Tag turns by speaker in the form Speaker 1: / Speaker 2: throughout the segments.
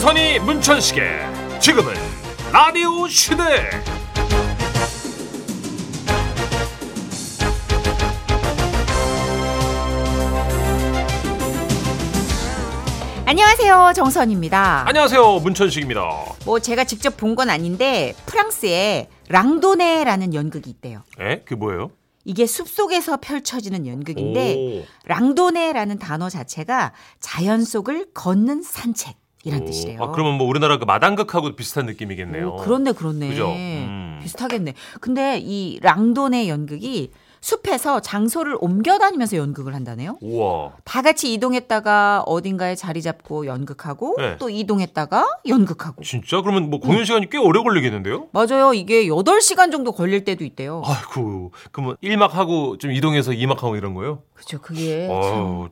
Speaker 1: 천이 문천식의 지금은 라디오 시대
Speaker 2: 안녕하세요 정선입니다.
Speaker 1: 안녕하세요 문천식입니다
Speaker 2: 뭐 제가 직접 본 건 아닌데 프랑스에 랑도네라는 연극이 있대요.
Speaker 1: 에? 그게 뭐예요?
Speaker 2: 이게 숲속에서 펼쳐지는 연극인데 랑도네라는 단어 자체가 자연 속을 걷는 산책이란
Speaker 1: 오.
Speaker 2: 뜻이래요.
Speaker 1: 아, 그러면 뭐 우리나라 그 마당극하고 비슷한 느낌이겠네요
Speaker 2: 오, 그렇네 그렇네.
Speaker 1: 그죠? 음.
Speaker 2: 비슷하겠네. 근데 이 랑도네 연극이 숲에서 장소를 옮겨 다니면서 연극을 한다네요.
Speaker 1: 우와
Speaker 2: 다 같이 이동했다가 어딘가에 자리 잡고 연극하고
Speaker 1: 네.
Speaker 2: 또 이동했다가 연극하고
Speaker 1: 진짜? 그러면 뭐
Speaker 2: 음.
Speaker 1: 공연 시간이 꽤 오래 걸리겠는데요?
Speaker 2: 맞아요. 이게 8시간 정도 걸릴 때도 있대요.
Speaker 1: 아이고 그러면 1막 하고 좀 이동해서 2막 하고 이런 거요?
Speaker 2: 그죠. 네, 그게
Speaker 1: 어.
Speaker 2: 참.
Speaker 1: 아유,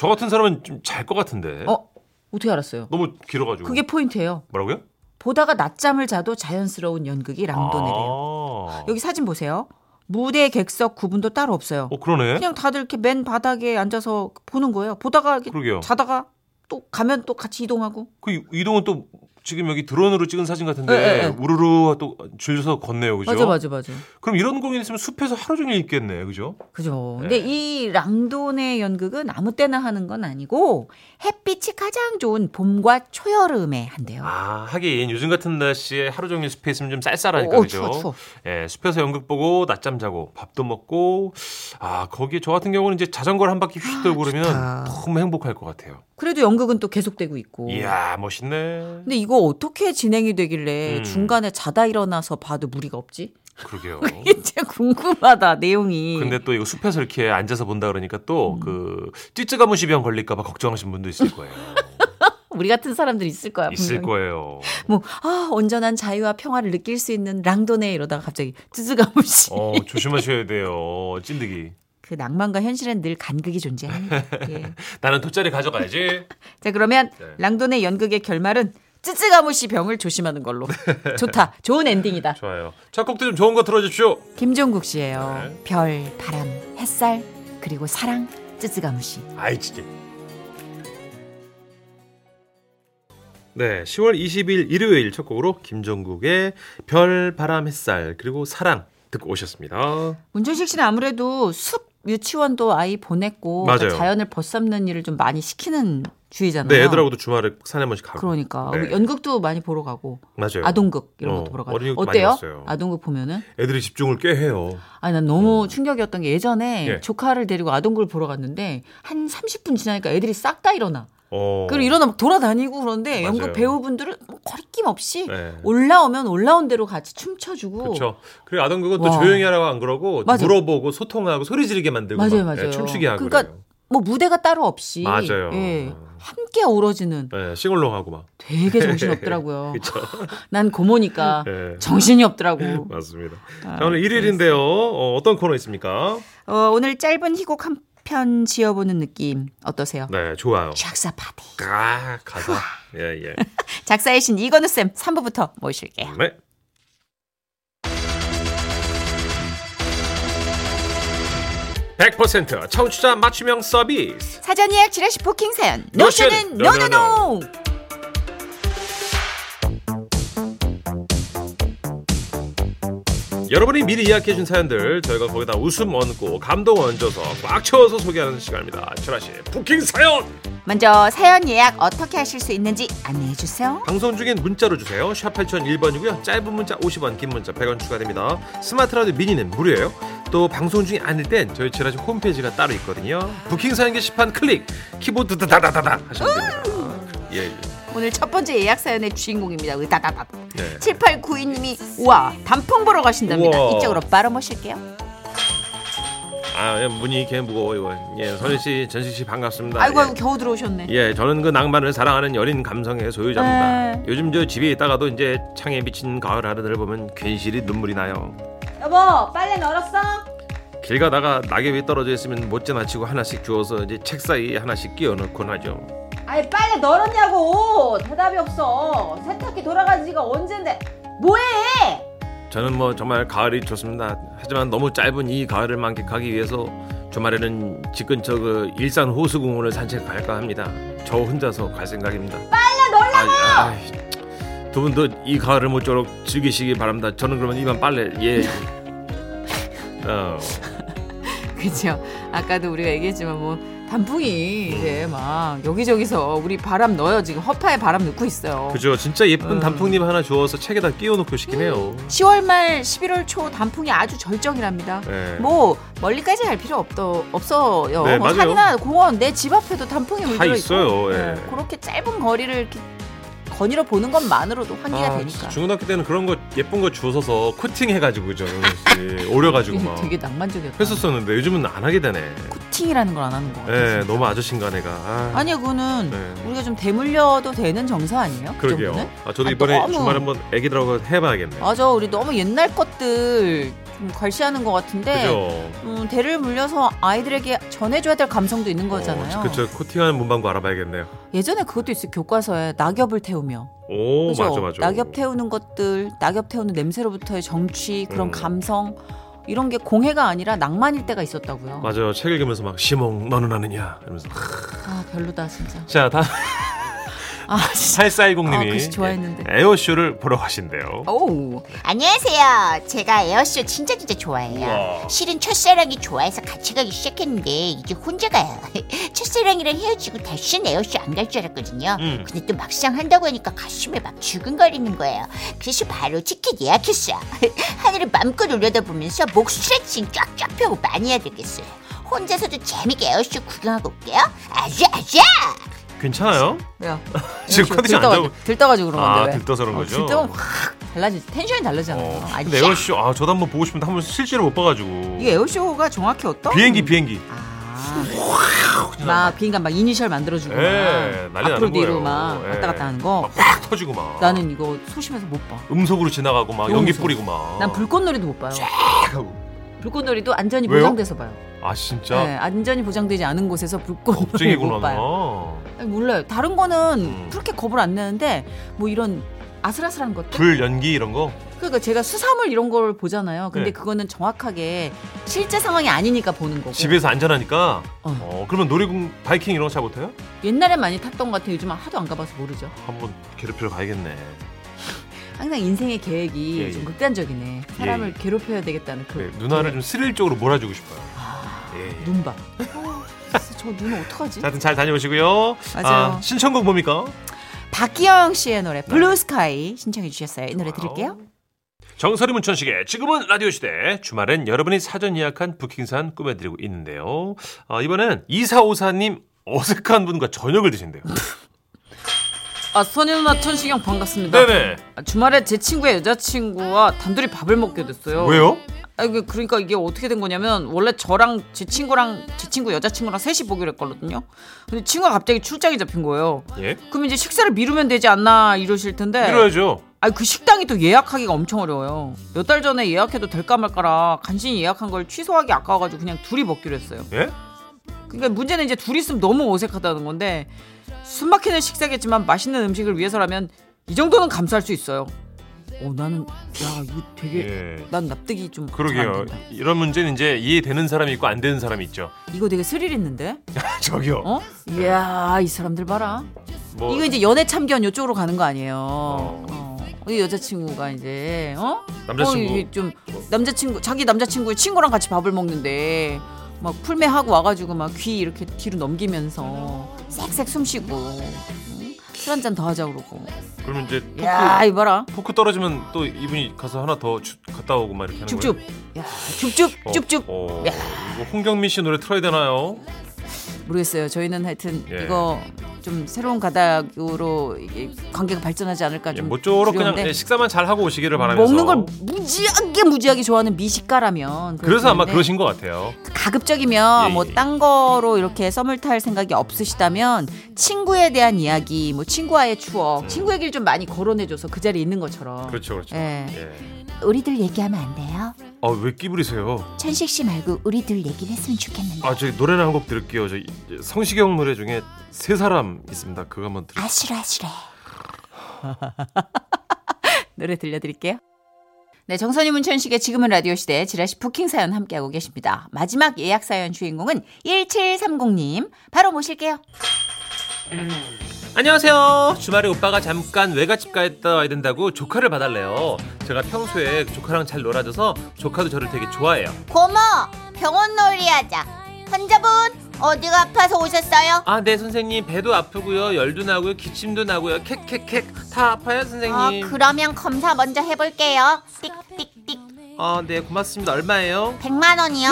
Speaker 1: 저 같은 사람은 좀 잘 것 같은데
Speaker 2: 어, 어떻게 알았어요?
Speaker 1: 너무 길어가지고
Speaker 2: 그게 포인트예요.
Speaker 1: 뭐라고요?
Speaker 2: 보다가 낮잠을 자도 자연스러운 연극이 랑도네래요.
Speaker 1: 아.
Speaker 2: 여기 사진 보세요. 무대 객석 구분도 따로 없어요.
Speaker 1: 어 그러네
Speaker 2: 그냥 다들 이렇게 맨 바닥에 앉아서 보는 거예요. 보다가 이렇게
Speaker 1: 그러게요.
Speaker 2: 자다가 또 가면 또 같이 이동하고.
Speaker 1: 그 이동은 또 지금 여기 드론으로 찍은 사진 같은데
Speaker 2: 예, 예, 예.
Speaker 1: 우르르 또 줄서 걷네요, 그죠?
Speaker 2: 맞아 맞아 맞아.
Speaker 1: 그럼 이런 공연 있으면 숲에서 하루 종일 있겠네, 그죠?
Speaker 2: 그죠. 근데 이 랑돈의 연극은 아무 때나 하는 건 아니고 햇빛이 가장 좋은 봄과 초여름에 한대요.
Speaker 1: 아 하긴 요즘 같은 날씨에 하루 종일 숲에 있으면 좀 쌀쌀하니까
Speaker 2: 오,
Speaker 1: 그러니까 그죠?
Speaker 2: 어, 추워, 추워.
Speaker 1: 예, 숲에서 연극 보고 낮잠 자고 밥도 먹고 아 거기 저 같은 경우는 이제 자전거를 한 바퀴 휙 돌고 그러면
Speaker 2: 아, 좋다.
Speaker 1: 너무 행복할 것 같아요.
Speaker 2: 그래도 연극은 또 계속되고 있고.
Speaker 1: 이야 멋있네.
Speaker 2: 근데 이거 어떻게 진행이 되길래
Speaker 1: 음.
Speaker 2: 중간에 자다 일어나서 봐도 무리가 없지?
Speaker 1: 그러게요.
Speaker 2: 진짜 궁금하다 내용이.
Speaker 1: 어. 근데 또 이거 숲에서 이렇게 앉아서 본다 그러니까
Speaker 2: 음.
Speaker 1: 또 그 찌쯔가무 시병 걸릴까봐 걱정하시는 분도 있을 거예요.
Speaker 2: 우리 같은 사람들 있을 거야.
Speaker 1: 있을
Speaker 2: 분명히.
Speaker 1: 거예요.
Speaker 2: 뭐아 온전한 자유와 평화를 느낄 수 있는 랑도네 이러다가 갑자기 뜨즈가무시.
Speaker 1: 어, 조심하셔야 돼요. 찐득이.
Speaker 2: 그 낭만과 현실은 늘 간극이 존재합니다. 예.
Speaker 1: 나는 돗자리 가져가야지.
Speaker 2: 자 그러면
Speaker 1: 네.
Speaker 2: 랑도네 연극의 결말은 쯔쯔가무시 병을 조심하는 걸로. 좋다. 좋은 엔딩이다.
Speaker 1: 좋아요. 첫 곡도 좀 좋은 거 틀어주십시오.
Speaker 2: 김종국 씨예요.
Speaker 1: 네.
Speaker 2: 별, 바람, 햇살 그리고 사랑 쯔쯔가무시.
Speaker 1: 아이, 진짜. 네, 10월 20일 일요일 첫 곡으로 김정국의 별, 바람, 햇살 그리고 사랑 듣고 오셨습니다.
Speaker 2: 문준식 씨는 아무래도 숲 유치원도 아이 보냈고
Speaker 1: 맞아요.
Speaker 2: 그러니까 자연을 벗삼는 일을 좀 많이 시키는 주의잖아요.
Speaker 1: 네, 애들하고도 주말에 산에 한 번씩 가고.
Speaker 2: 그러니까
Speaker 1: 네.
Speaker 2: 연극도 많이 보러 가고
Speaker 1: 맞아요.
Speaker 2: 아동극 이런
Speaker 1: 어,
Speaker 2: 것도 보러 가고
Speaker 1: 어린이극도 많이
Speaker 2: 어때요?
Speaker 1: 봤어요.
Speaker 2: 아동극 보면은
Speaker 1: 애들이 집중을 꽤 해요.
Speaker 2: 아니 난 너무 충격이었던 게 예전에
Speaker 1: 음. 예.
Speaker 2: 조카를 데리고 아동극을 보러 갔는데 한 30분 지나니까 애들이 싹 다 일어나
Speaker 1: 어.
Speaker 2: 그리고 일어나 막 돌아다니고 그런데
Speaker 1: 맞아요.
Speaker 2: 연극 배우분들은 뭐 거리낌 없이
Speaker 1: 네.
Speaker 2: 올라오면 올라온 대로 같이 춤춰주고
Speaker 1: 그렇죠. 그리고 아동극은 또
Speaker 2: 와.
Speaker 1: 조용히 하라고 안 그러고
Speaker 2: 맞아.
Speaker 1: 물어보고 소통하고 소리 지르게 만들고
Speaker 2: 맞아요,
Speaker 1: 막, 예,
Speaker 2: 맞아요.
Speaker 1: 춤추게 하고
Speaker 2: 그러니까
Speaker 1: 래요
Speaker 2: 뭐 무대가 따로 없이
Speaker 1: 맞아요.
Speaker 2: 예, 함께 어우러지는
Speaker 1: 예, 싱얼롱하고 막.
Speaker 2: 되게 정신없더라고요.
Speaker 1: 그렇죠.
Speaker 2: 난 고모니까
Speaker 1: 예.
Speaker 2: 정신이 없더라고. 아.
Speaker 1: 맞습니다. 자, 오늘 네. 일요일인데요. 어, 어떤 코너 있습니까?
Speaker 2: 어, 오늘 짧은 희곡 한 편 지어보는 느낌 어떠세요?
Speaker 1: 네, 좋아요.
Speaker 2: 작사 파티.
Speaker 1: 아, 가사. 예, 예.
Speaker 2: 작사의 신 이건우 쌤 3부부터 모실게요.
Speaker 1: 네. (100%) 청취자 맞춤형 서비스
Speaker 2: 사전 예약 지라시 포킹 사연. 노션은
Speaker 1: 노션은
Speaker 2: 노노노.
Speaker 1: 여러분이 미리 예약해준 사연들 저희가 거기다 웃음 얹고 감동 얹어서 꽉 채워서 소개하는 시간입니다 철아씨 부킹 사연
Speaker 2: 먼저 사연 예약 어떻게 하실 수 있는지 안내해 주세요.
Speaker 1: 방송 중엔 문자로 주세요. 샵 8001번이고요. 짧은 문자 50원, 긴 문자 100원 추가됩니다. 스마트 라디오 미니는 무료예요. 또 방송 중이 아닐 땐 저희 지라시 홈페이지가 따로 있거든요. 부킹 사연 게시판 클릭, 키보드 다다다다다 하시면 됩니다. 예, 예.
Speaker 2: 오늘 첫 번째 예약 사연의 주인공입니다. 우리 다다다.
Speaker 1: 네.
Speaker 2: 7892님이 우와 단풍 보러 가신답니다.
Speaker 1: 우와.
Speaker 2: 이쪽으로 바로 모실게요.
Speaker 1: 아, 예, 문이 개 무거워 이거. 예, 선희 씨, 전식 씨 반갑습니다.
Speaker 2: 아이고
Speaker 1: 예.
Speaker 2: 아이고 겨우 들어오셨네.
Speaker 1: 예, 저는 그 낭만을 사랑하는 여린 감성의 소유자입니다.
Speaker 2: 네.
Speaker 1: 요즘 저 집에 있다가도 이제 창에 비친 가을 하늘을 보면 괜시리 눈물이 나요.
Speaker 2: 여보 빨래 널었어?
Speaker 1: 길 가다가 낙엽이 떨어져 있으면 못 지나치고 하나씩 주워서 이제 책 사이에 하나씩 끼워 넣곤 하죠.
Speaker 2: 아니 빨래 널었냐고 대답이 없어 세탁기 돌아간 지가 언젠데 뭐해
Speaker 1: 저는 뭐 정말 가을이 좋습니다. 하지만 너무 짧은 이 가을을 만끽하기 위해서 주말에는 집 근처 그 일산 호수공원을 산책할까 합니다. 저 혼자서 갈 생각입니다. 빨리 놀라고!
Speaker 3: 두 분도 이 가을을 모쪼록 즐기시기 바랍니다. 저는 그러면 이만 빨래 예. 어,
Speaker 2: 그죠? 아까도 우리가 얘기했지만 뭐 단풍이 이제 막 여기저기서 우리 바람 넣어요. 지금 허파에 바람 넣고 있어요.
Speaker 1: 그죠. 진짜 예쁜
Speaker 2: 음.
Speaker 1: 단풍잎 하나 주워서 책에다 끼워놓고 싶긴 해요.
Speaker 2: 10월 말 11월 초 단풍이 아주 절정이랍니다.
Speaker 1: 네.
Speaker 2: 뭐 멀리까지 갈 필요 없더, 없어요.
Speaker 1: 네,
Speaker 2: 뭐
Speaker 1: 맞아요.
Speaker 2: 산이나 공원 내 집 앞에도 단풍이
Speaker 1: 다
Speaker 2: 물들어 있고
Speaker 1: 있어요. 예.
Speaker 2: 네, 그렇게 짧은 거리를 이렇게 거닐어 보는 것만으로도 환기가
Speaker 1: 아,
Speaker 2: 되니까.
Speaker 1: 진짜 중고등학교 때는 그런 거 예쁜 거 주워서 코팅 해가지고 그죠. 씨, 오려가지고 막
Speaker 2: 되게 낭만적이었다.
Speaker 1: 했었었는데 요즘은 안 하게 되네.
Speaker 2: 코팅이라는 걸 안 하는 거 같아요.
Speaker 1: 예,
Speaker 2: 진짜.
Speaker 1: 너무 아저씨인가 내가. 아,
Speaker 2: 아니요, 그거는
Speaker 1: 네.
Speaker 2: 우리가 좀 대물려도 되는 정서 아니에요? 그
Speaker 1: 그러게요.
Speaker 2: 정도는?
Speaker 1: 아, 저도
Speaker 2: 아,
Speaker 1: 이번에
Speaker 2: 너무-
Speaker 1: 주말 한번 애기들하고 해봐야겠네요.
Speaker 2: 맞아, 우리 너무 옛날 것들 좀 걸시하는 것 같은데
Speaker 1: 그죠.
Speaker 2: 음, 대를 물려서 아이들에게 전해줘야 될 감성도 있는 거잖아요.
Speaker 1: 어, 그쵸. 코팅하는 문방구 알아봐야겠네요.
Speaker 2: 예전에 그것도 있어요. 교과서에 낙엽을 태우며.
Speaker 1: 오,
Speaker 2: 그죠?
Speaker 1: 맞아, 맞아.
Speaker 2: 낙엽 태우는 것들, 낙엽 태우는 냄새로부터의 정취, 그런
Speaker 1: 음.
Speaker 2: 감성 이런 게 공해가 아니라 낭만일 때가 있었다고요.
Speaker 1: 맞아요. 책 읽으면서 막 시몽 너는 아느냐 이러면서.
Speaker 2: 아 별로다 진짜.
Speaker 1: 자, 다음
Speaker 2: 아 진짜.
Speaker 1: 8410님이 예,
Speaker 2: 아, 글씨 좋아했는데.
Speaker 1: 에어쇼를 보러 가신대요.
Speaker 2: 오.
Speaker 4: 안녕하세요. 제가 에어쇼 진짜 진짜 좋아해요.
Speaker 1: 우와.
Speaker 4: 실은 첫사랑이 좋아해서 같이 가기 시작했는데 이제 혼자 가요. 첫사랑이랑 헤어지고 다시는 에어쇼 안 갈 줄 알았거든요.
Speaker 1: 음.
Speaker 4: 근데 또 막상 한다고 하니까 가슴에 막 두근거리는 거예요. 그래서 바로 티켓 예약했어요. 하늘을 맘껏 올려다보면서 목 스트레칭 쫙쫙 펴고 많이 해야 되겠어요. 혼자서도 재밌게 에어쇼 구경하고 올게요. 아자 아자.
Speaker 1: 괜찮아요?
Speaker 2: 왜요?
Speaker 1: 지금
Speaker 2: 지금
Speaker 1: 컨디션 안
Speaker 2: 들떠가-
Speaker 1: 좋아.
Speaker 2: 들떠가지고 그런
Speaker 1: 아,
Speaker 2: 건데 왜? 어,
Speaker 1: 들떠서 그런 거죠?
Speaker 2: 들떠면 확 달라지. 텐션이 다르잖아요.
Speaker 1: 어,
Speaker 2: 아,
Speaker 1: 근데 에어쇼 아 저도 한번 보고 싶은데 한 번 실제로 못 봐가지고
Speaker 2: 이게 에어쇼가 정확히 어떤?
Speaker 1: 비행기 비행기
Speaker 2: 아. 막 비행기 막 이니셜 만들어주고 막
Speaker 1: 예, 난리
Speaker 2: 앞으로
Speaker 1: 나는 거예요.
Speaker 2: 뒤로 막
Speaker 1: 예. 아,
Speaker 2: 왔다 갔다 하는 거.
Speaker 1: 막 확 터지고 막
Speaker 2: 나는 이거 소심해서 못 봐.
Speaker 1: 음속으로 지나가고 막
Speaker 2: 너무
Speaker 1: 연기
Speaker 2: 무서워.
Speaker 1: 뿌리고 막
Speaker 2: 난 불꽃놀이도 못 봐요.
Speaker 1: 하고.
Speaker 2: 불꽃놀이도 안전이
Speaker 1: 어. 왜요?
Speaker 2: 보장돼서 봐요.
Speaker 1: 아
Speaker 2: 네,
Speaker 1: 진짜
Speaker 2: 안전이 보장되지 않은 곳에서 불꽃놀이
Speaker 1: 겁쟁이구나
Speaker 2: 못 봐요.
Speaker 1: 너.
Speaker 2: 아니, 몰라요. 다른 거는
Speaker 1: 음.
Speaker 2: 그렇게 겁을 안 내는데 뭐 이런 아슬아슬한 것들.
Speaker 1: 불 연기 이런 거
Speaker 2: 그러니까 제가 수사물 이런 걸 보잖아요. 근데
Speaker 1: 네.
Speaker 2: 그거는 정확하게 실제 상황이 아니니까 보는 거고.
Speaker 1: 집에서 안전하니까
Speaker 2: 어.
Speaker 1: 어, 그러면 놀이공 바이킹 이런 거 잘 못해요?
Speaker 2: 옛날엔 많이 탔던 것 같아요. 요즘 하도 안 가봐서 모르죠.
Speaker 1: 한번 괴롭히러 가야겠네
Speaker 2: 항상 인생의 계획이
Speaker 1: 예, 예.
Speaker 2: 좀 극단적이네. 사람을 괴롭혀야 되겠다는 그
Speaker 1: 네, 누나를 좀 스릴 쪽으로 몰아주고 싶어요 예, 예.
Speaker 2: 눈봐. 어, 저눈 어떡하지?
Speaker 1: 하여튼 잘 다녀오시고요
Speaker 2: 맞아요.
Speaker 1: 신청곡 뭡니까?
Speaker 2: 박기영 씨의
Speaker 1: 네.
Speaker 2: 노래 블루 스카이 신청해 주셨어요. 이 노래 들을게요.
Speaker 1: 정설이 문천식의 지금은 라디오 시대 주말엔 여러분이 사전 예약한 부킹산 꾸며드리고 있는데요. 아, 이번엔 2454님 어색한 분과 저녁을 드신대요.
Speaker 2: 아, 선일마 천식형 반갑습니다.
Speaker 1: 네네.
Speaker 2: 아, 주말에 제 친구의 여자친구와 단둘이 밥을 먹게 됐어요.
Speaker 1: 왜요?
Speaker 2: 아, 이게 그러니까 이게 어떻게 된 거냐면 원래 저랑 제 친구랑 제 친구 여자친구랑 셋이 보기로 했거든요. 근데 친구가 갑자기 출장이 잡힌 거예요.
Speaker 1: 예?
Speaker 2: 그럼 이제 식사를 미루면 되지 않나 이러실 텐데
Speaker 1: 이러야죠.
Speaker 2: 아니 그 식당이 또 예약하기가 엄청 어려워요. 몇 달 전에 예약해도 될까 말까라 간신히 예약한 걸 취소하기 아까워가지고 그냥 둘이 먹기로 했어요.
Speaker 1: 예?
Speaker 2: 그러니까 문제는 이제 둘이 있으면 너무 어색하다는 건데 숨막히는 식사겠지만 맛있는 음식을 위해서라면 이 정도는 감수할 수 있어요. 어 나는 야 이거 되게
Speaker 1: 예.
Speaker 2: 난 납득이 좀 잘
Speaker 1: 그러게요.
Speaker 2: 안 된다.
Speaker 1: 이런 문제는 이제 이해되는 사람이 있고 안 되는 사람이 있죠.
Speaker 2: 이거 되게 스릴 있는데?
Speaker 1: 저기요.
Speaker 2: 어?
Speaker 1: 네.
Speaker 2: 이야 이 사람들 봐라.
Speaker 1: 뭐
Speaker 2: 이거 이제 연애 참견 요쪽으로 가는 거 아니에요.
Speaker 1: 어.
Speaker 2: 어. 이 여자친구가 이제 어?
Speaker 1: 남자친구.
Speaker 2: 어, 이게 좀 남자친구 자기 남자친구 친구랑 같이 밥을 먹는데 막 풀매하고 와가지고 막 귀 이렇게 뒤로 넘기면서 쌕쌕 숨쉬고 술 한 잔 더 하자 그러고.
Speaker 1: 어, 그러면 이제 포크,
Speaker 2: 야 이봐라.
Speaker 1: 포크 떨어지면 또 이분이 가서 하나 더 주, 갔다 오고 막 이렇게 하는
Speaker 2: 줍줍.
Speaker 1: 거예요.
Speaker 2: 야 줍줍
Speaker 1: 그 어,
Speaker 2: 줍줍.
Speaker 1: 어,
Speaker 2: 야.
Speaker 1: 이거 홍경민 씨 노래 틀어야 되나요?
Speaker 2: 모르겠어요. 저희는 하여튼
Speaker 1: 예.
Speaker 2: 이거 좀 새로운 가닥으로 이게 관계가 발전하지 않을까
Speaker 1: 예,
Speaker 2: 좀
Speaker 1: 모쪼록 그냥
Speaker 2: 두려운데. 음,
Speaker 1: 예, 식사만 잘 하고 오시기를 바라면서.
Speaker 2: 먹는 걸 무지하게 무지하게 좋아하는 미식가라면
Speaker 1: 그래서 아마
Speaker 2: 그렇겠는데
Speaker 1: 그러신 것 같아요.
Speaker 2: 가급적이면
Speaker 1: 예, 예.
Speaker 2: 뭐 딴 거로 이렇게 썸을 탈 생각이 없으시다면 친구에 대한 이야기 뭐 친구와의 추억 친구 얘기를 좀 많이 거론해줘서 그 자리에 있는 것처럼
Speaker 1: 음. 그렇죠, 그렇죠.
Speaker 2: 예.
Speaker 1: 예.
Speaker 4: 우리들 얘기하면 안 돼요?
Speaker 1: 아왜 끼부리세요?
Speaker 4: 천식 씨 말고 우리들 얘기를 했으면 좋겠는데.
Speaker 1: 아 저희 노래를 한 곡 들을게요. 저 이- 성시경 노래 중에 세 사람 있습니다. 그거 한번 들을게요.
Speaker 4: 아슬아슬해.
Speaker 2: 노래 들려드릴게요 네 정선희 문천식의 지금은 라디오 시대 지라시 부킹 사연 함께하고 계십니다 마지막 예약 사연 주인공은 1730님 바로 모실게요
Speaker 1: 안녕하세요. 주말에 오빠가 잠깐 외갓집 갔다 와야 된다고 조카를 봐달래요. 제가 평소에 조카랑 잘 놀아줘서 조카도 저를 되게 좋아해요.
Speaker 4: 고모 병원 놀이하자 환자분 어디가 아파서 오셨어요?
Speaker 1: 아, 네 선생님 배도 아프고요, 열도 나고요, 기침도 나고요, 캑캑캑 다 아파요
Speaker 4: 어,
Speaker 1: 선생님.
Speaker 4: 그러면 검사 먼저 해볼게요 띡띡띡
Speaker 1: 아, 네 고맙습니다. 얼마예요?
Speaker 4: 100만 원이요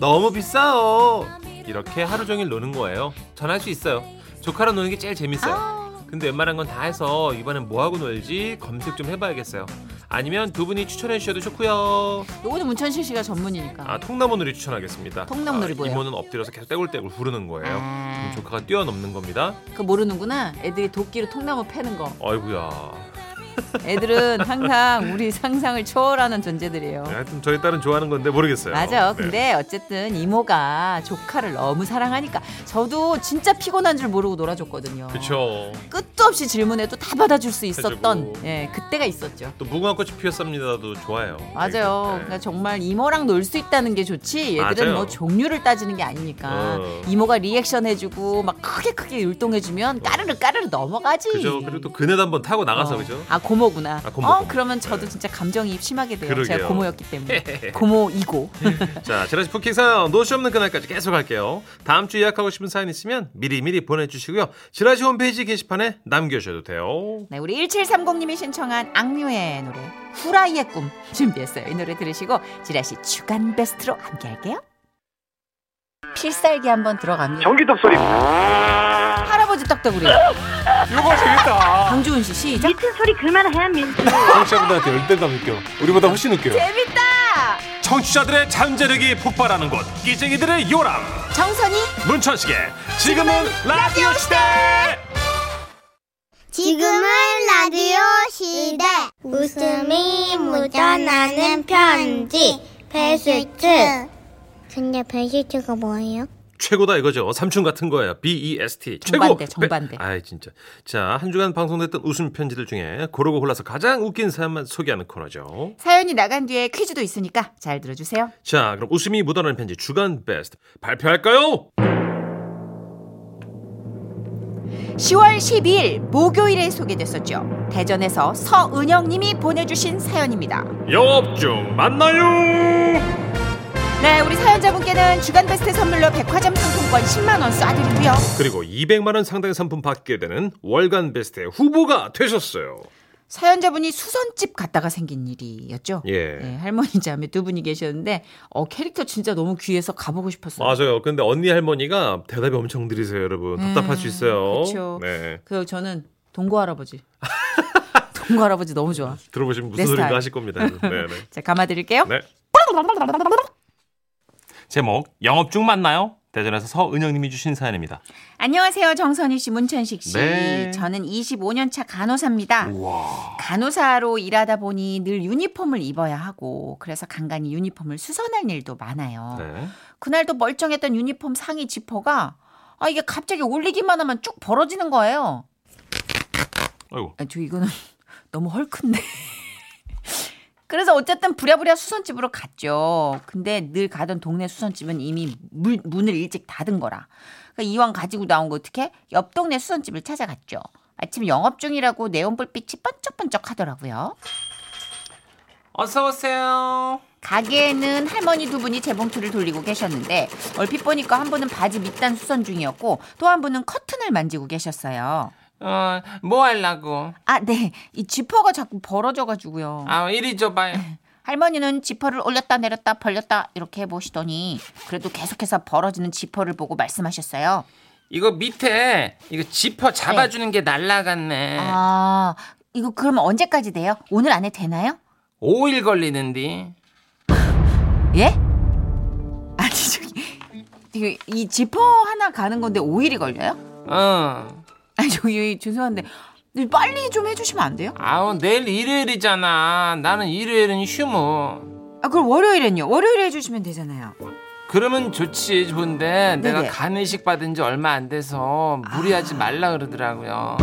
Speaker 1: 너무 비싸요. 이렇게 하루 종일 노는 거예요. 전 할 수 있어요. 조카랑 노는 게 제일 재밌어요. 근데 웬만한 건 다 해서 이번엔 뭐 하고 놀지 검색 좀 해봐야겠어요. 아니면 두 분이 추천해 주셔도 좋고요.
Speaker 2: 요거는 문천식 씨가 전문이니까.
Speaker 1: 아 통나무 놀이 추천하겠습니다.
Speaker 2: 통나무 놀이
Speaker 1: 아,
Speaker 2: 뭐예요? 아.
Speaker 1: 이모는 엎드려서 계속 떼굴떼굴 부르는 거예요. 그럼 조카가 뛰어넘는 겁니다.
Speaker 2: 그 모르는구나. 애들이 도끼로 통나무 패는 거.
Speaker 1: 아이구야.
Speaker 2: 애들은 항상 우리 상상을 초월하는 존재들이에요.
Speaker 1: 네, 하여튼 저희 딸은 좋아하는 건데 모르겠어요.
Speaker 2: 맞아요.
Speaker 1: 네.
Speaker 2: 근데 어쨌든 이모가 조카를 너무 사랑하니까 저도 진짜 피곤한 줄 모르고 놀아줬거든요.
Speaker 1: 그쵸.
Speaker 2: 끝도 없이 질문해도 다 받아줄 수 있었던
Speaker 1: 해주고.
Speaker 2: 예, 그때가 있었죠.
Speaker 1: 또 무궁화꽃이 피었습니다도 좋아요. 네.
Speaker 2: 맞아요. 그러니까 정말 이모랑 놀 수 있다는 게 좋지. 얘들은
Speaker 1: 맞아요.
Speaker 2: 뭐 종류를 따지는 게 아니니까
Speaker 1: 어.
Speaker 2: 이모가 리액션 해주고 막 크게 크게 율동해주면 까르르 까르르 넘어가지.
Speaker 1: 그죠. 그리고 또 그네도 한번 타고 나가서
Speaker 2: 어.
Speaker 1: 그죠.
Speaker 2: 아 고모구나.
Speaker 1: 아, 고모,
Speaker 2: 어
Speaker 1: 고모.
Speaker 2: 그러면 저도
Speaker 1: 네.
Speaker 2: 진짜 감정이입 심하게 돼요. 제가
Speaker 1: 그러게요.
Speaker 2: 고모였기 때문에 고모이고.
Speaker 1: 자, 지라시 푸킹 사연 노시 없는 그날까지 계속 할게요. 다음 주 예약하고 싶은 사연 있으면 미리미리 보내주시고요. 지라시 홈페이지 게시판에 남겨주셔도 돼요.
Speaker 2: 네, 우리 1730님이 신청한 악뮤의 노래 후라이의 꿈 준비했어요. 이 노래 들으시고 지라시 주간 베스트로 함께할게요. 필살기 한번 들어갑니다. 전기톱 소리. 할아버지 떡떡구리.
Speaker 5: 이거 재밌다.
Speaker 2: 강주은 씨 시작.
Speaker 6: 미친 소리 그만해 민수
Speaker 5: 청취자분들한테 열대감 느껴. 우리보다 훨씬 느껴요.
Speaker 1: 청취자들의 잠재력이 폭발하는 곳, 끼쟁이들의 요람,
Speaker 2: 정선이
Speaker 1: 문천식의 지금은 라디오 시대!
Speaker 7: 지금은 라디오 시대. 웃음이 묻어나는 편지. 배스트. 근데 배스트가 뭐예요?
Speaker 1: 최고다 이거죠. 삼촌 같은 거예요. BEST. 최고.
Speaker 2: 정반대, 정반대.
Speaker 1: 아, 진짜. 자, 한 주간 방송됐던 웃음 편지들 중에 고르고 골라서 가장 웃긴 사연만 소개하는 코너죠.
Speaker 2: 사연이 나간 뒤에 퀴즈도 있으니까 잘 들어주세요.
Speaker 1: 자, 그럼 웃음이 묻어나는 편지 주간 베스트 발표할까요?
Speaker 2: 10월 12일 목요일에 소개됐었죠. 대전에서 서은영님이 보내주신 사연입니다.
Speaker 1: 영업 중 만나요.
Speaker 2: 네, 우리 사연자분께는 주간 베스트 선물로 백화점 상품권 10만 원 쏴드리고요.
Speaker 1: 그리고 200만 원 상당의 상품 받게 되는 월간 베스트 후보가 되셨어요.
Speaker 2: 사연자분이 수선집 갔다가 생긴 일이었죠. 네,
Speaker 1: 예.
Speaker 2: 할머니 자매 두 분이 계셨는데 어 캐릭터 진짜 너무 귀해서 가보고 싶었어요.
Speaker 1: 맞아요. 근데 언니 할머니가 대답이 엄청 느리세요, 여러분. 답답할 수 있어요.
Speaker 2: 음, 그쵸.
Speaker 1: 네.
Speaker 2: 그 저는 동고 할아버지. 동고 할아버지 너무 좋아.
Speaker 1: 들어보시면
Speaker 2: 내
Speaker 1: 무슨 소리인가
Speaker 2: 스타일.
Speaker 1: 하실 겁니다. 네, 네.
Speaker 2: 자, 감아 드릴게요.
Speaker 1: 네. 제목 영업 중 만나요. 대전에서 서은영님이 주신 사연입니다.
Speaker 2: 안녕하세요. 정선희 씨, 문천식 씨.
Speaker 1: 네.
Speaker 2: 저는 25년 차 간호사입니다. 간호사로 일하다 보니 늘 유니폼을 입어야 하고 그래서 간간히 유니폼을 수선할 일도 많아요.
Speaker 1: 네.
Speaker 2: 그날도 멀쩡했던 유니폼 상의 지퍼가 아 이게 갑자기 올리기만 하면 쭉 벌어지는 거예요.
Speaker 1: 아이고.
Speaker 2: 아, 저 이거는 너무 헐큰데. 그래서 어쨌든 부랴부랴 수선집으로 갔죠. 근데 늘 가던 동네 수선집은 이미 물- 문을 일찍 닫은 거라. 그러니까 이왕 가지고 나온 거 어떻게? 옆 동네 수선집을 찾아갔죠. 아침 영업 중이라고 네온불빛이 번쩍번쩍 하더라고요.
Speaker 1: 어서 오세요.
Speaker 2: 가게에는 할머니 두 분이 재봉틀을 돌리고 계셨는데 얼핏 보니까 한 분은 바지 밑단 수선 중이었고 또 한 분은 커튼을 만지고 계셨어요.
Speaker 8: 어, 뭐 하려고?
Speaker 2: 아, 네. 이 지퍼가 자꾸 벌어져 가지고요.
Speaker 8: 아, 이리 줘봐요.
Speaker 2: 할머니는 지퍼를 올렸다 내렸다 벌렸다 이렇게 해보시더니 그래도 계속해서 벌어지는 지퍼를 보고 말씀하셨어요.
Speaker 8: 이거 밑에 이거 지퍼 잡아주는 게 날라갔네.
Speaker 2: 아, 이거 그러면 언제까지 돼요? 오늘 안에 되나요?
Speaker 8: 5일 걸리는데.
Speaker 2: 예? 아니, 저기. 이거 이 지퍼 하나 가는 건데 5일이 걸려요?
Speaker 8: 어.
Speaker 2: 아니, 저기, 죄송한데. 빨리 좀 해주시면 안 돼요?
Speaker 8: 아우, 내일 일요일이잖아. 나는 일요일은 휴무.
Speaker 2: 아, 그럼 월요일엔요? 월요일에 해주시면 되잖아요.
Speaker 8: 그러면 좋지, 좋은데 내가
Speaker 2: 네네. 아.
Speaker 8: 간이식 받은 지 얼마 안 돼서 무리하지 말라 그러더라고요.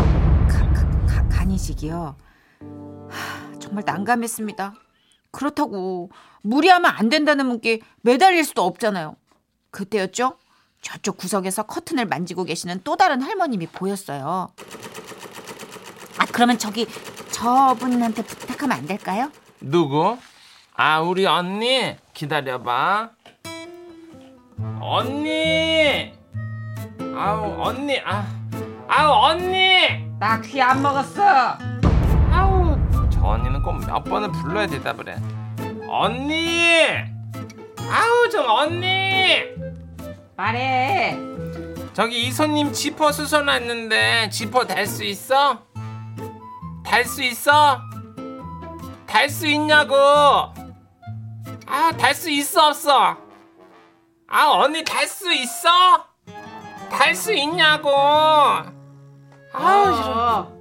Speaker 2: 가, 가, 가, 간이식이요. 하, 정말 난감했습니다. 그렇다고 무리하면 안 된다는 문께 매달릴 수도 없잖아요. 그때였죠. 저쪽 구석에서 커튼을 만지고 계시는 또 다른 할머님이 보였어요. 아 그러면 저기 저분한테 부탁하면 안 될까요?
Speaker 8: 누구? 아 우리 언니 기다려봐 언니 아우 언니 아 아우 언니
Speaker 2: 나 귀 안 먹었어.
Speaker 8: 아우 저 언니는 꼭 몇 번을 불러야 대답을 해 언니 아우 좀 언니
Speaker 2: 말해.
Speaker 8: 저기 이손님 지퍼 수소 났는데 지퍼 달 수 있어? 달 수 있어? 달 수 있냐고? 아, 달 수 있어 없어? 아, 언니 달 수 있어? 달 수 있냐고? 아우, 싫어.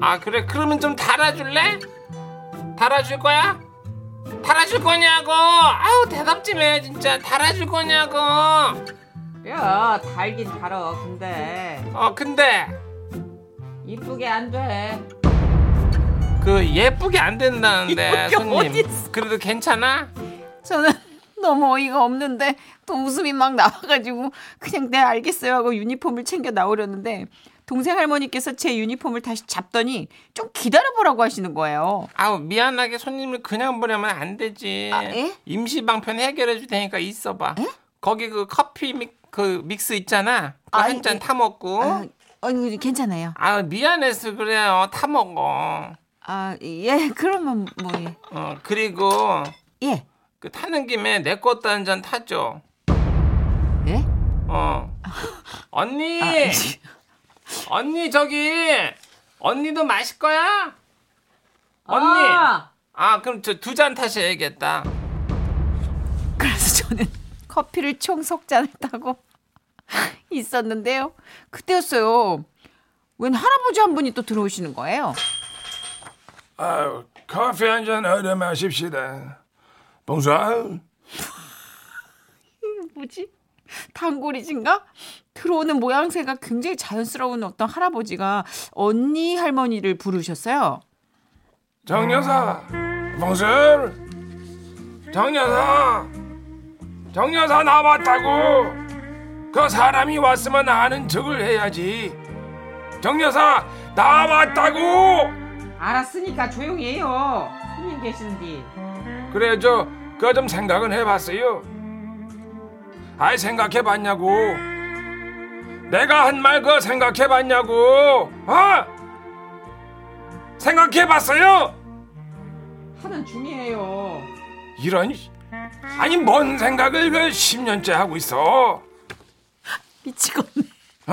Speaker 8: 아, 그래. 그러면 좀 달아줄래? 달아줄 거야? 달아줄 거냐고? 아우, 대답 좀 해, 진짜. 달아줄 거냐고?
Speaker 2: 야 달긴 달어. 근데
Speaker 8: 어, 근데.
Speaker 2: 이쁘게 안 돼.
Speaker 8: 그 예쁘게 안 된다는데
Speaker 2: 이거
Speaker 8: 손님
Speaker 2: 어딨어?
Speaker 8: 그래도 괜찮아?
Speaker 2: 저는 너무 어이가 없는데 또 웃음이 막 나와가지고 그냥 네 알겠어요 하고 유니폼을 챙겨 나오려는데 동생 할머니께서 제 유니폼을 다시 잡더니 좀 기다려보라고 하시는 거예요.
Speaker 8: 아우 미안하게 손님을 그냥 보내면 안 되지
Speaker 2: 아, 예?
Speaker 8: 임시 방편 해결해 줄 테니까 있어봐 거기 그 커피 믹, 그 믹스 있잖아 그
Speaker 2: 아,
Speaker 8: 한 잔
Speaker 2: 예.
Speaker 8: 타먹고
Speaker 2: 아, 어, 이거 괜찮아요.
Speaker 8: 아 미안해서 그래요 타먹어
Speaker 2: 아, 예, 그러면 뭐, 예.
Speaker 8: 어, 그리고
Speaker 2: 예.
Speaker 8: 그 타는 김에 내 것도 한 잔 타죠
Speaker 2: 예?
Speaker 8: 어 언니
Speaker 2: 아,
Speaker 8: 언니 저기 언니도 마실 거야? 언니
Speaker 2: 아!
Speaker 8: 아 그럼 저 두 잔 타셔야겠다.
Speaker 2: 그래서 저는 커피를 총 석 잔을 따고 있었는데요. 그때였어요. 웬 할아버지 한 분이 또 들어오시는 거예요.
Speaker 6: 아유, 커피 한 잔 얻어 마십시다. 봉사,
Speaker 2: 뭐지? 단골이신가? 들어오는 모양새가 굉장히 자연스러운 어떤 할아버지가 언니 할머니를 부르셨어요.
Speaker 6: 정여사, 봉사, 정여사, 정여사 나왔다고. 그 사람이 왔으면 아는 척을 해야지. 정여사 나왔다고.
Speaker 2: 알았으니까 조용히 해요. 손님 계신디.
Speaker 6: 그래 저 그거 좀 생각은 해봤어요. 아이 생각해봤냐고. 내가 한 말 그거 생각해봤냐고. 어? 생각해봤어요?
Speaker 2: 하는 중이에요.
Speaker 6: 이런 씨. 아니 뭔 생각을 왜 10년째 하고 있어?
Speaker 2: 미치겠네.
Speaker 6: 어?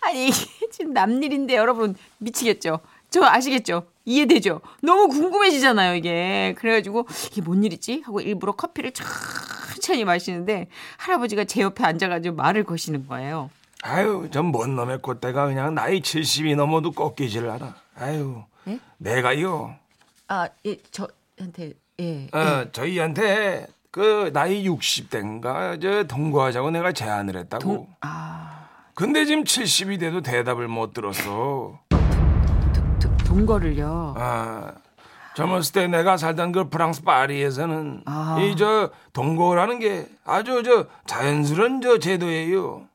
Speaker 2: 아니 이게 지금 남일인데 여러분 미치겠죠? 저 아시겠죠? 이해되죠? 너무 궁금해지잖아요 이게 그래가지고 이게 뭔 일이지? 하고 일부러 커피를 천천히 마시는데 할아버지가 제 옆에 앉아가지고 말을 거시는 거예요
Speaker 6: 아유 전 뭔 놈의 콧대가 그냥 나이 70이 넘어도 꺾이질 않아. 아유
Speaker 2: 예?
Speaker 6: 내가요.
Speaker 2: 아 예, 저한테 예
Speaker 6: 어, 저희한테 그 나이 60대인가 저 동거하자고 내가 제안을 했다고.
Speaker 2: 아,
Speaker 6: 근데 지금 70이 돼도 대답을 못 들었어.
Speaker 2: 도- 동거를요
Speaker 6: 아, 젊었을 때 내가 살던 그 프랑스 파리에서는
Speaker 2: 아.
Speaker 6: 이 저 동거라는 게 아주 저 자연스러운 저 제도예요.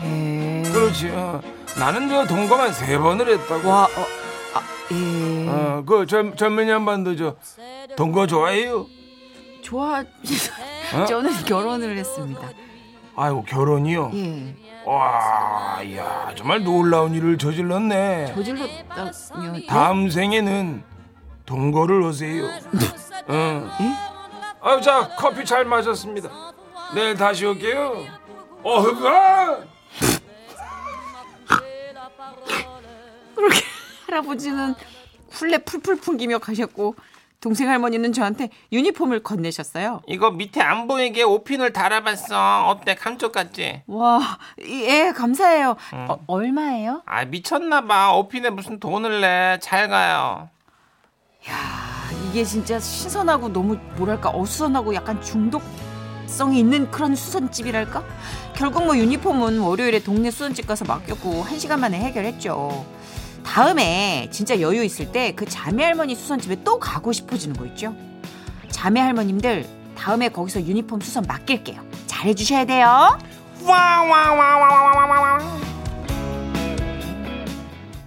Speaker 2: 예.
Speaker 6: 그렇지. 어. 나는 저 동거만 세 번을 했다고.
Speaker 2: 와 어, 아, 예.
Speaker 6: 어, 그 젊, 젊은 양반도 저 동거 좋아해요.
Speaker 2: 좋아 저는 결혼을 했습니다
Speaker 6: 아이고 결혼이요.
Speaker 2: 예
Speaker 6: 와, 야, 정말 놀라운 일을 저질렀네.
Speaker 2: 아, 저질렀다면
Speaker 6: 다음 생에는 동거를 오세요. 응. 아유, 자, 커피 잘 마셨습니다. 내일 다시 올게요. 어허가!
Speaker 2: 그렇게 할아버지는 훌레 풀풀 풍기며 가셨고 동생 할머니는 저한테 유니폼을 건네셨어요.
Speaker 8: 이거 밑에 안 보이게 오핀을 달아봤어. 어때? 감쪽 같지?
Speaker 2: 와, 예, 감사해요. 어, 얼마예요?
Speaker 8: 아 미쳤나봐. 오핀에 무슨 돈을 내? 잘 가요.
Speaker 2: 아, 이게 진짜 신선하고 너무 뭐랄까 어수선하고 약간 중독성이 있는 그런 수선집이랄까? 결국 뭐 유니폼은 월요일에 동네 수선집 가서 맡겼고 한 시간 만에 해결했죠. 다음에 진짜 여유 있을 때 그 자매 할머니 수선집에 또 가고 싶어지는 거 있죠? 자매 할머님들 다음에 거기서 유니폼 수선 맡길게요. 잘해주셔야 돼요.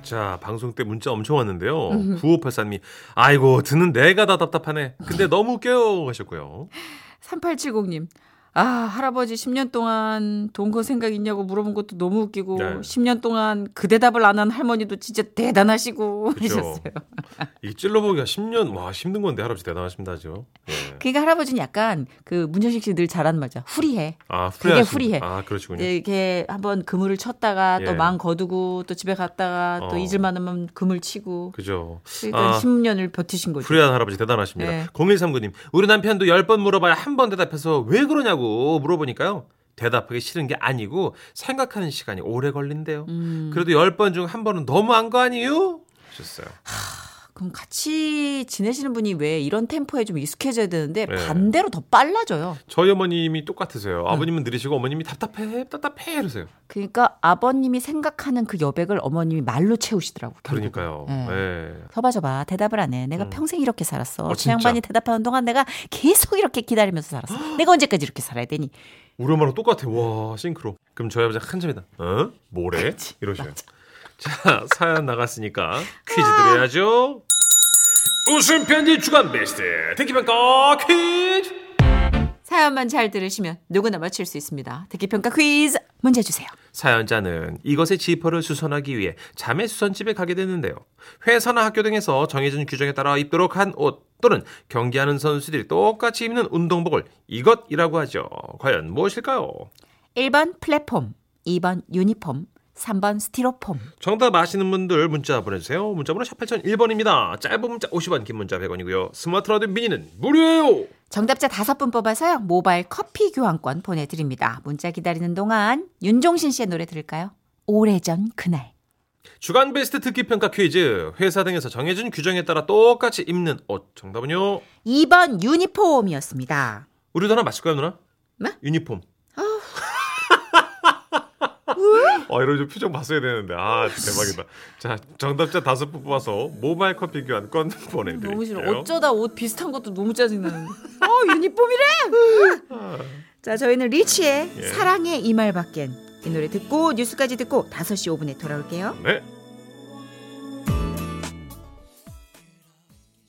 Speaker 1: 자, 방송 때 문자 엄청 왔는데요. 9584님이, 아이고, 듣는 내가 다 답답하네. 근데 너무 웃겨요. 하셨고요.
Speaker 2: 3870님. 아, 할아버지 10년 동안 동거 생각 있냐고 물어본 것도 너무 웃기고
Speaker 1: 네.
Speaker 2: 10년 동안 그 대답을 안 한 할머니도 진짜 대단하시고
Speaker 1: 그죠.
Speaker 2: 하셨어요.
Speaker 1: 이 찔러보기가 10년, 와, 힘든 건데, 할아버지 대단하십니다, 지금. 예.
Speaker 2: 그러니까 할아버지는 약간 그 문현식 씨 늘 잘하는 말이죠. 후리해.
Speaker 1: 아,
Speaker 2: 되게
Speaker 1: 후리하시
Speaker 2: 후리해. 예.
Speaker 1: 아, 그러시군요.
Speaker 2: 이렇게 한번 그물을 쳤다가
Speaker 1: 예.
Speaker 2: 또 망 거두고 또 집에 갔다가
Speaker 1: 어.
Speaker 2: 또 잊을만 하면 그물 치고
Speaker 1: 그죠.
Speaker 2: 그러니까
Speaker 1: 아,
Speaker 2: 10년을 버티신 거죠.
Speaker 1: 후리한 할아버지 대단하십니다.
Speaker 2: 네.
Speaker 1: 0139님, 우리 남편도 10번 물어봐야 한 번 대답해서 왜 그러냐고 물어보니까요. 대답하기 싫은 게 아니고 생각하는 시간이 오래 걸린대요. 그래도 10번 중 한 번은 너무한 거 아니에요? 하셨어요.
Speaker 2: 그럼 같이 지내시는 분이 왜 이런 템포에 좀 익숙해져야 되는데
Speaker 1: 네.
Speaker 2: 반대로 더 빨라져요.
Speaker 1: 저희 어머님이 똑같으세요. 아버님은 느리시고 어머님이 답답해, 답답해 이러세요.
Speaker 2: 그러니까 아버님이 생각하는 그 여백을 어머님이 말로 채우시더라고. 결국은.
Speaker 1: 그러니까요.
Speaker 2: 네.
Speaker 1: 예.
Speaker 2: 서봐저봐 대답을 안 해. 내가 평생 이렇게 살았어.
Speaker 1: 어,
Speaker 2: 제 양반이
Speaker 1: 진짜.
Speaker 2: 대답하는 동안 내가 계속 이렇게 기다리면서 살았어. 내가 언제까지 이렇게 살아야 되니?
Speaker 1: 우리 엄마랑 똑같아. 와, 싱크로. 그럼 저희 아버지 한참이다. 어? 뭐래? 이러셔요. 자, 사연 나갔으니까 퀴즈 드려야죠. 웃음 편지 주간 베스트 대기평가 퀴즈.
Speaker 2: 사연만 잘 들으시면 누구나 맞힐 수 있습니다. 듣기평가 퀴즈 문제 주세요.
Speaker 1: 사연자는 이것의 지퍼를 수선하기 위해 자매 수선집에 가게 됐는데요. 회사나 학교 등에서 정해진 규정에 따라 입도록 한 옷 또는 경기하는 선수들이 똑같이 입는 운동복을 이것이라고 하죠. 과연 무엇일까요?
Speaker 2: 1번 플랫폼, 2번 유니폼, 3번 스티로폼.
Speaker 1: 정답 아시는 분들 문자 보내주세요. 문자번호 샵 8001번입니다. 짧은 문자 50원, 긴 문자 100원이고요. 스마트 라디오 미니는 무료예요.
Speaker 2: 정답자 5분 뽑아서요. 모바일 커피 교환권 보내드립니다. 문자 기다리는 동안 윤종신 씨의 노래 들을까요? 오래전 그날.
Speaker 1: 주간 베스트 듣기 평가 퀴즈. 회사 등에서 정해진 규정에 따라 똑같이 입는 옷. 정답은요?
Speaker 2: 2번 유니폼이었습니다.
Speaker 1: 우리도 하나 맞출까요, 누나?
Speaker 2: 네?
Speaker 1: 유니폼. 어, 이런 좀 표정 봤어야 되는데. 아, 대박이다. 자, 정답자 다섯 분 뽑아서 모바일 커피 교환권 보내드릴게요.
Speaker 2: 너무 싫어. 어쩌다 옷 비슷한 것도 너무 짜증나는데. 어, 유니폼이래!
Speaker 1: 아.
Speaker 2: 자, 저희는
Speaker 1: 예.
Speaker 2: 리치의 사랑의 이 말밖엔 이 노래 듣고 뉴스까지 듣고 5시 5분에 돌아올게요.
Speaker 1: 네.